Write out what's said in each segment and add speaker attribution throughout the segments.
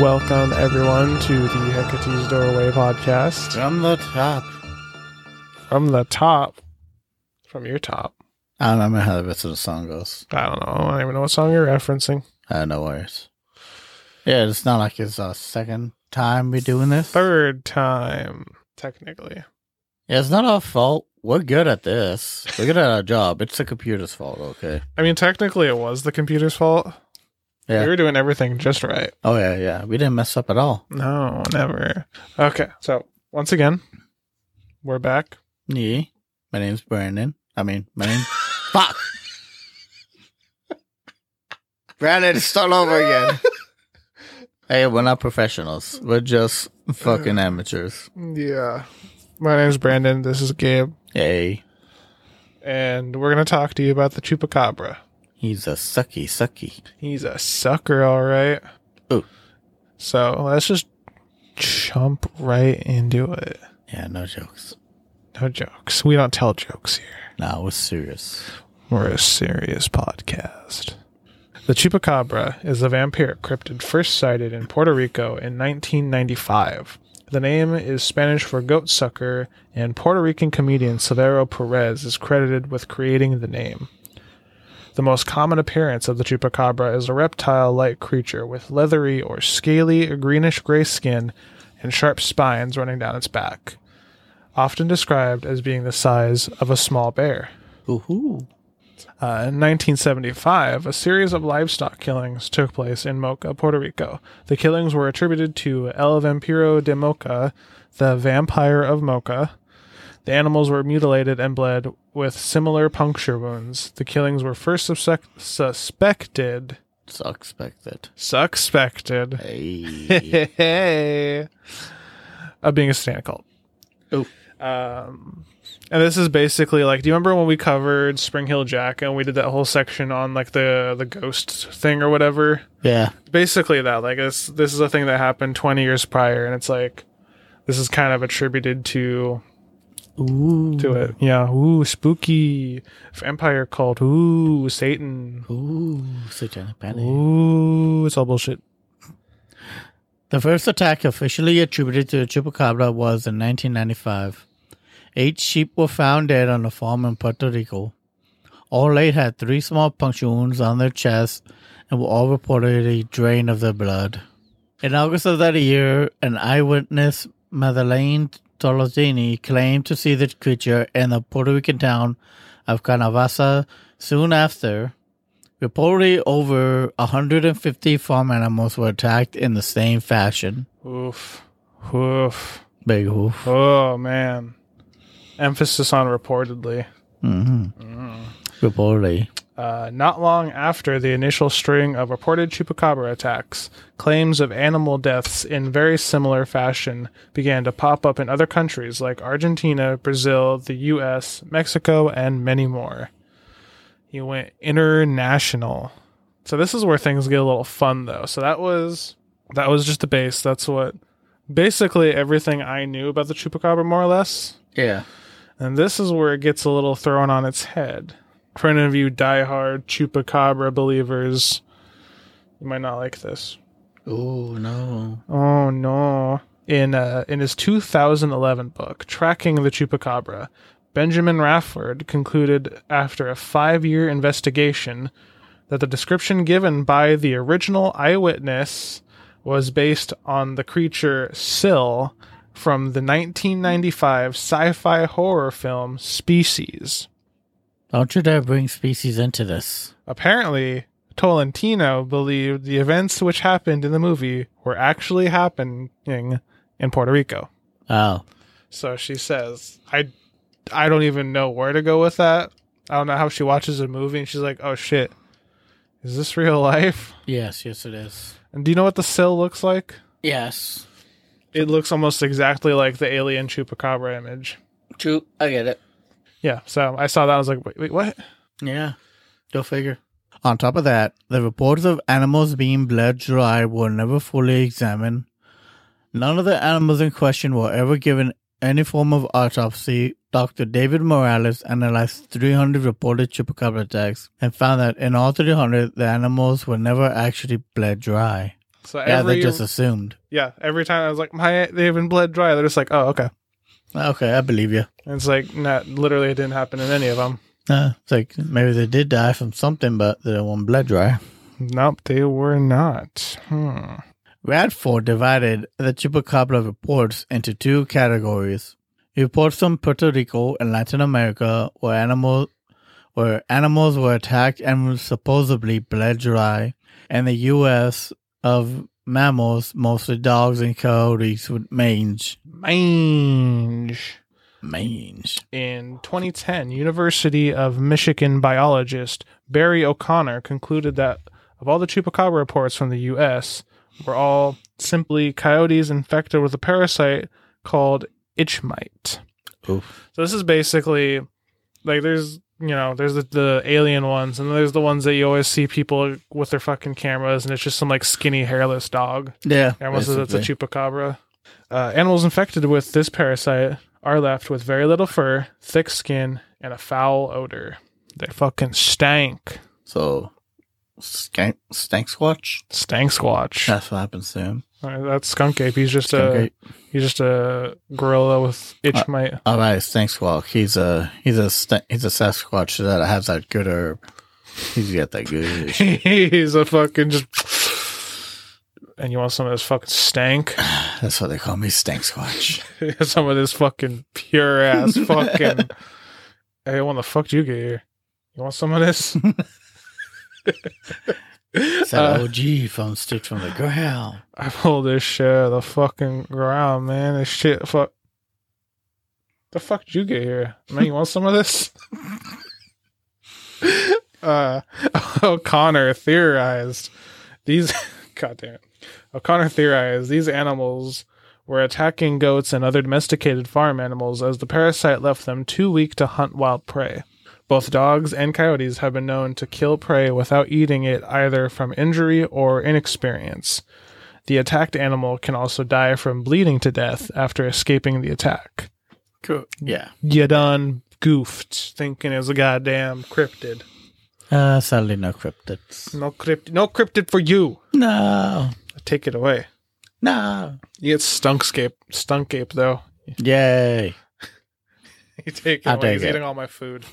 Speaker 1: Welcome, everyone, to the Hecate's Doorway podcast.
Speaker 2: From the top.
Speaker 1: From the top, from your top.
Speaker 2: I don't remember how the rest of the song goes.
Speaker 1: I don't know. I don't even know what song you're referencing.
Speaker 2: Uh, no worries. Yeah, it's not like it's our second time we're doing this.
Speaker 1: Third time, technically.
Speaker 2: Yeah, it's not our fault. We're good at this. We're good at our job. It's the computer's fault, okay?
Speaker 1: I mean, technically, it was the computer's fault.
Speaker 2: Yeah.
Speaker 1: We were doing everything just right.
Speaker 2: Oh, yeah, yeah. We didn't mess up at all.
Speaker 1: No, never. Okay, so once again, we're back.
Speaker 2: Yeah. My name's Brandon. I mean, my name. Fuck! Brandon, start over again. hey, we're not professionals. We're just fucking amateurs.
Speaker 1: Yeah. My name's Brandon. This is Gabe.
Speaker 2: Hey,
Speaker 1: And we're going to talk to you about the Chupacabra.
Speaker 2: he's a sucky, sucky.
Speaker 1: He's a sucker, all right.
Speaker 2: Ooh.
Speaker 1: So let's just jump right into it.
Speaker 2: Yeah, no jokes.
Speaker 1: No jokes. We don't tell jokes here.
Speaker 2: Nah, we're serious.
Speaker 1: We're a serious podcast. The chupacabra is a vampiric cryptid first sighted in Puerto Rico in 1995. The name is Spanish for goat sucker, and Puerto Rican comedian Severo Perez is credited with creating the name. The most common appearance of the chupacabra is a reptile like creature with leathery or scaly greenish gray skin and sharp spines running down its back, often described as being the size of a small bear.
Speaker 2: Ooh.
Speaker 1: Uh, in 1975, a series of livestock killings took place in Moca, Puerto Rico. The killings were attributed to El Vampiro de Moca, the vampire of Moca. The animals were mutilated and bled with similar puncture wounds. The killings were first subsec- suspected,
Speaker 2: Suspected.
Speaker 1: suspected,
Speaker 2: Hey.
Speaker 1: of being a satanic cult. Um,
Speaker 2: Ooh.
Speaker 1: And this is basically like, do you remember when we covered Spring Hill Jack and we did that whole section on like the the ghost thing or whatever?
Speaker 2: Yeah.
Speaker 1: Basically that, like this this is a thing that happened 20 years prior and it's like this is kind of attributed to
Speaker 2: Ooh.
Speaker 1: to it. Yeah, ooh, spooky vampire cult. Ooh, Satan.
Speaker 2: Ooh. Satanic panic.
Speaker 1: Ooh, it's all bullshit.
Speaker 2: The first attack officially attributed to the chupacabra was in 1995. Eight sheep were found dead on a farm in Puerto Rico. All eight had three small puncture wounds on their chests and were all reportedly drained of their blood. In August of that year, an eyewitness, Madeleine Tolosini, claimed to see the creature in the Puerto Rican town of Canavasa soon after. Reportedly, over 150 farm animals were attacked in the same fashion.
Speaker 1: Oof. Oof.
Speaker 2: Big hoof.
Speaker 1: Oh man. Emphasis on reportedly.
Speaker 2: Reportedly.
Speaker 1: Uh, not long after the initial string of reported chupacabra attacks, claims of animal deaths in very similar fashion began to pop up in other countries like Argentina, Brazil, the US, Mexico, and many more. He went international. So this is where things get a little fun though. So that was that was just the base. That's what basically everything I knew about the chupacabra more or less.
Speaker 2: Yeah.
Speaker 1: And this is where it gets a little thrown on its head. For any of you diehard chupacabra believers, you might not like this.
Speaker 2: Oh, no.
Speaker 1: Oh no! In uh, in his 2011 book, Tracking the Chupacabra, Benjamin Rafford concluded after a five-year investigation that the description given by the original eyewitness was based on the creature Sill from the 1995 sci-fi horror film Species.
Speaker 2: Don't you dare bring species into this.
Speaker 1: Apparently, Tolentino believed the events which happened in the movie were actually happening in Puerto Rico.
Speaker 2: Oh.
Speaker 1: So she says, "I, I don't even know where to go with that. I don't know how she watches a movie and she's like, oh shit, is this real life?
Speaker 2: Yes, yes, it is.
Speaker 1: And do you know what the sill looks like?
Speaker 2: Yes.
Speaker 1: It looks almost exactly like the alien chupacabra image.
Speaker 2: True. I get it.
Speaker 1: Yeah. So I saw that. I was like, wait, wait what?
Speaker 2: Yeah. Go figure. On top of that, the reports of animals being bled dry were never fully examined. None of the animals in question were ever given any form of autopsy. Dr. David Morales analyzed 300 reported chupacabra attacks and found that in all 300, the animals were never actually bled dry.
Speaker 1: So
Speaker 2: Yeah,
Speaker 1: every
Speaker 2: they just assumed.
Speaker 1: yeah, every time I was like, my they've been bled dry. They're just like, oh okay.
Speaker 2: Okay, I believe you.
Speaker 1: And it's like, not literally, it didn't happen in any of them.
Speaker 2: Uh, it's like maybe they did die from something, but they won't blood dry.
Speaker 1: Nope, they were not. Hmm.
Speaker 2: Radford divided the Chupacabra reports into two categories. Reports from Puerto Rico and Latin America where animals where animals were attacked and were supposedly bled dry, and the US of mammals, mostly dogs and coyotes with mange.
Speaker 1: Mange.
Speaker 2: Mange.
Speaker 1: In 2010, University of Michigan biologist Barry O'Connor concluded that of all the chupacabra reports from the U.S., were all simply coyotes infected with a parasite called itchmite.
Speaker 2: Oof.
Speaker 1: So this is basically like there's you know there's the, the alien ones and there's the ones that you always see people with their fucking cameras and it's just some like skinny hairless dog.
Speaker 2: Yeah.
Speaker 1: Yeah, most of it's a
Speaker 2: basically.
Speaker 1: chupacabra. Uh, animals infected with this parasite are left with very little fur, thick skin, and a foul odor. They fucking stank.
Speaker 2: So skank stank squatch?
Speaker 1: Stank squatch.
Speaker 2: That's what happens to him.
Speaker 1: Uh, that's skunk ape. He's just
Speaker 2: Skank
Speaker 1: a
Speaker 2: ape. Uh.
Speaker 1: he's just a gorilla with itch mite.
Speaker 2: All right, Stank Squawk. He's a he's a sta- he's a Sasquatch that has that good herb. He's got that good. shit.
Speaker 1: he's a fucking just. And you want some of this fucking stank?
Speaker 2: That's why they call me Stank Squatch.
Speaker 1: some of this fucking pure ass fucking. hey, when the fuck did you get here? You want some of this?
Speaker 2: It's that OG phone stick from the ground.
Speaker 1: I pulled this shit out of the fucking ground, man. This shit, fuck. The fuck did you get here, man? You want some of this? uh, O'Connor theorized these. God damn it! O'Connor theorized these animals were attacking goats and other domesticated farm animals as the parasite left them too weak to hunt wild prey. Both dogs and coyotes have been known to kill prey without eating it either from injury or inexperience. The attacked animal can also die from bleeding to death after escaping the attack.
Speaker 2: Cool. Yeah.
Speaker 1: You done goofed, thinking it's a goddamn cryptid.
Speaker 2: Uh, sadly, no cryptids.
Speaker 1: No crypt, no cryptid for you.
Speaker 2: No.
Speaker 1: Take it away.
Speaker 2: No.
Speaker 1: You get stunkscape, stunkape though.
Speaker 2: Yay.
Speaker 1: You take it
Speaker 2: I'll
Speaker 1: away.
Speaker 2: take
Speaker 1: He's
Speaker 2: it.
Speaker 1: eating all my food.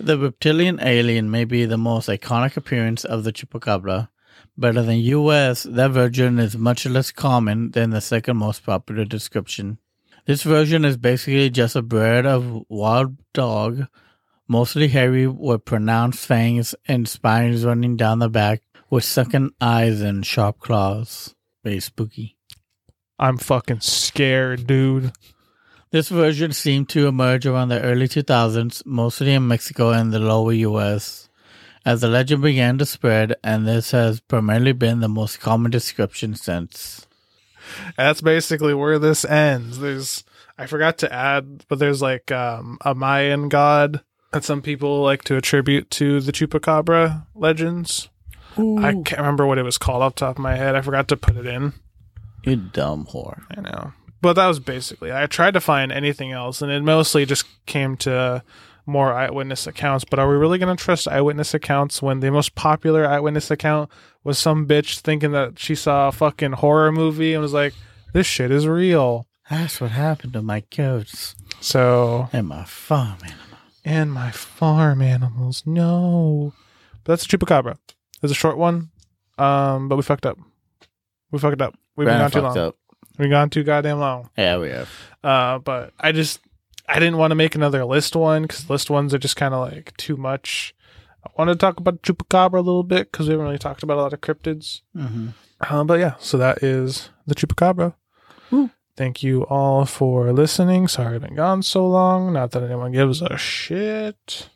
Speaker 2: The reptilian alien may be the most iconic appearance of the chupacabra, but in the US, that version is much less common than the second most popular description. This version is basically just a breed of wild dog, mostly hairy with pronounced fangs and spines running down the back with sunken eyes and sharp claws. Very spooky.
Speaker 1: I'm fucking scared, dude.
Speaker 2: This version seemed to emerge around the early 2000s, mostly in Mexico and the lower US. As the legend began to spread, and this has primarily been the most common description since.
Speaker 1: That's basically where this ends. There's I forgot to add, but there's like um, a Mayan god that some people like to attribute to the chupacabra legends. I can't remember what it was called off the top of my head. I forgot to put it in.
Speaker 2: you dumb whore.
Speaker 1: I know. But that was basically. I tried to find anything else, and it mostly just came to more eyewitness accounts. But are we really going to trust eyewitness accounts when the most popular eyewitness account was some bitch thinking that she saw a fucking horror movie and was like, this shit is real?
Speaker 2: That's what happened to my goats
Speaker 1: So,
Speaker 2: and my farm animal.
Speaker 1: and my farm animals. No. But that's Chupacabra. It's a short one, um, but we fucked up. We fucked up. We've been
Speaker 2: Brandon
Speaker 1: gone too
Speaker 2: fucked
Speaker 1: long.
Speaker 2: Up.
Speaker 1: We've gone too goddamn long.
Speaker 2: Yeah, we have.
Speaker 1: Uh, but I just I didn't want to make another list one because list ones are just kind of like too much. I want to talk about chupacabra a little bit because we haven't really talked about a lot of cryptids.
Speaker 2: hmm
Speaker 1: Uh, but yeah, so that is the chupacabra.
Speaker 2: Woo.
Speaker 1: Thank you all for listening. Sorry I've been gone so long. Not that anyone gives a shit,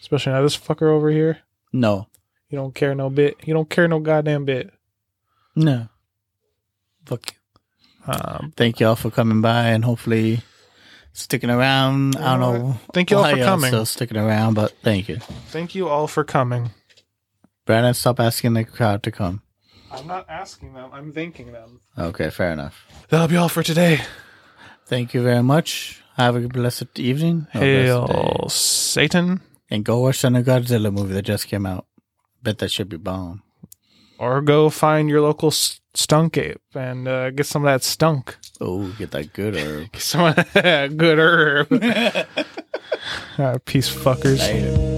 Speaker 1: especially now this fucker over here.
Speaker 2: No.
Speaker 1: You don't care no bit. You don't care no goddamn bit.
Speaker 2: No. Fuck you.
Speaker 1: Um,
Speaker 2: Thank y'all for coming by and hopefully sticking around. I don't know.
Speaker 1: thank you all
Speaker 2: why
Speaker 1: for coming.
Speaker 2: still sticking around, but thank you.
Speaker 1: Thank you all for coming.
Speaker 2: Brandon, stop asking the crowd to come.
Speaker 1: I'm not asking them. I'm thanking them.
Speaker 2: Okay, fair enough.
Speaker 1: That'll be all for today.
Speaker 2: Thank you very much. Have a blessed evening. or blessed Oh, day.
Speaker 1: Hail Satan.
Speaker 2: And go watch the new Godzilla movie that just came out. Bet that should be bomb.
Speaker 1: or go find your local s- stunk ape and uh, get some of that stunk.
Speaker 2: Oh, get that good herb.
Speaker 1: Get some of that good herb. All right, Uh, peace, fuckers.
Speaker 2: Later.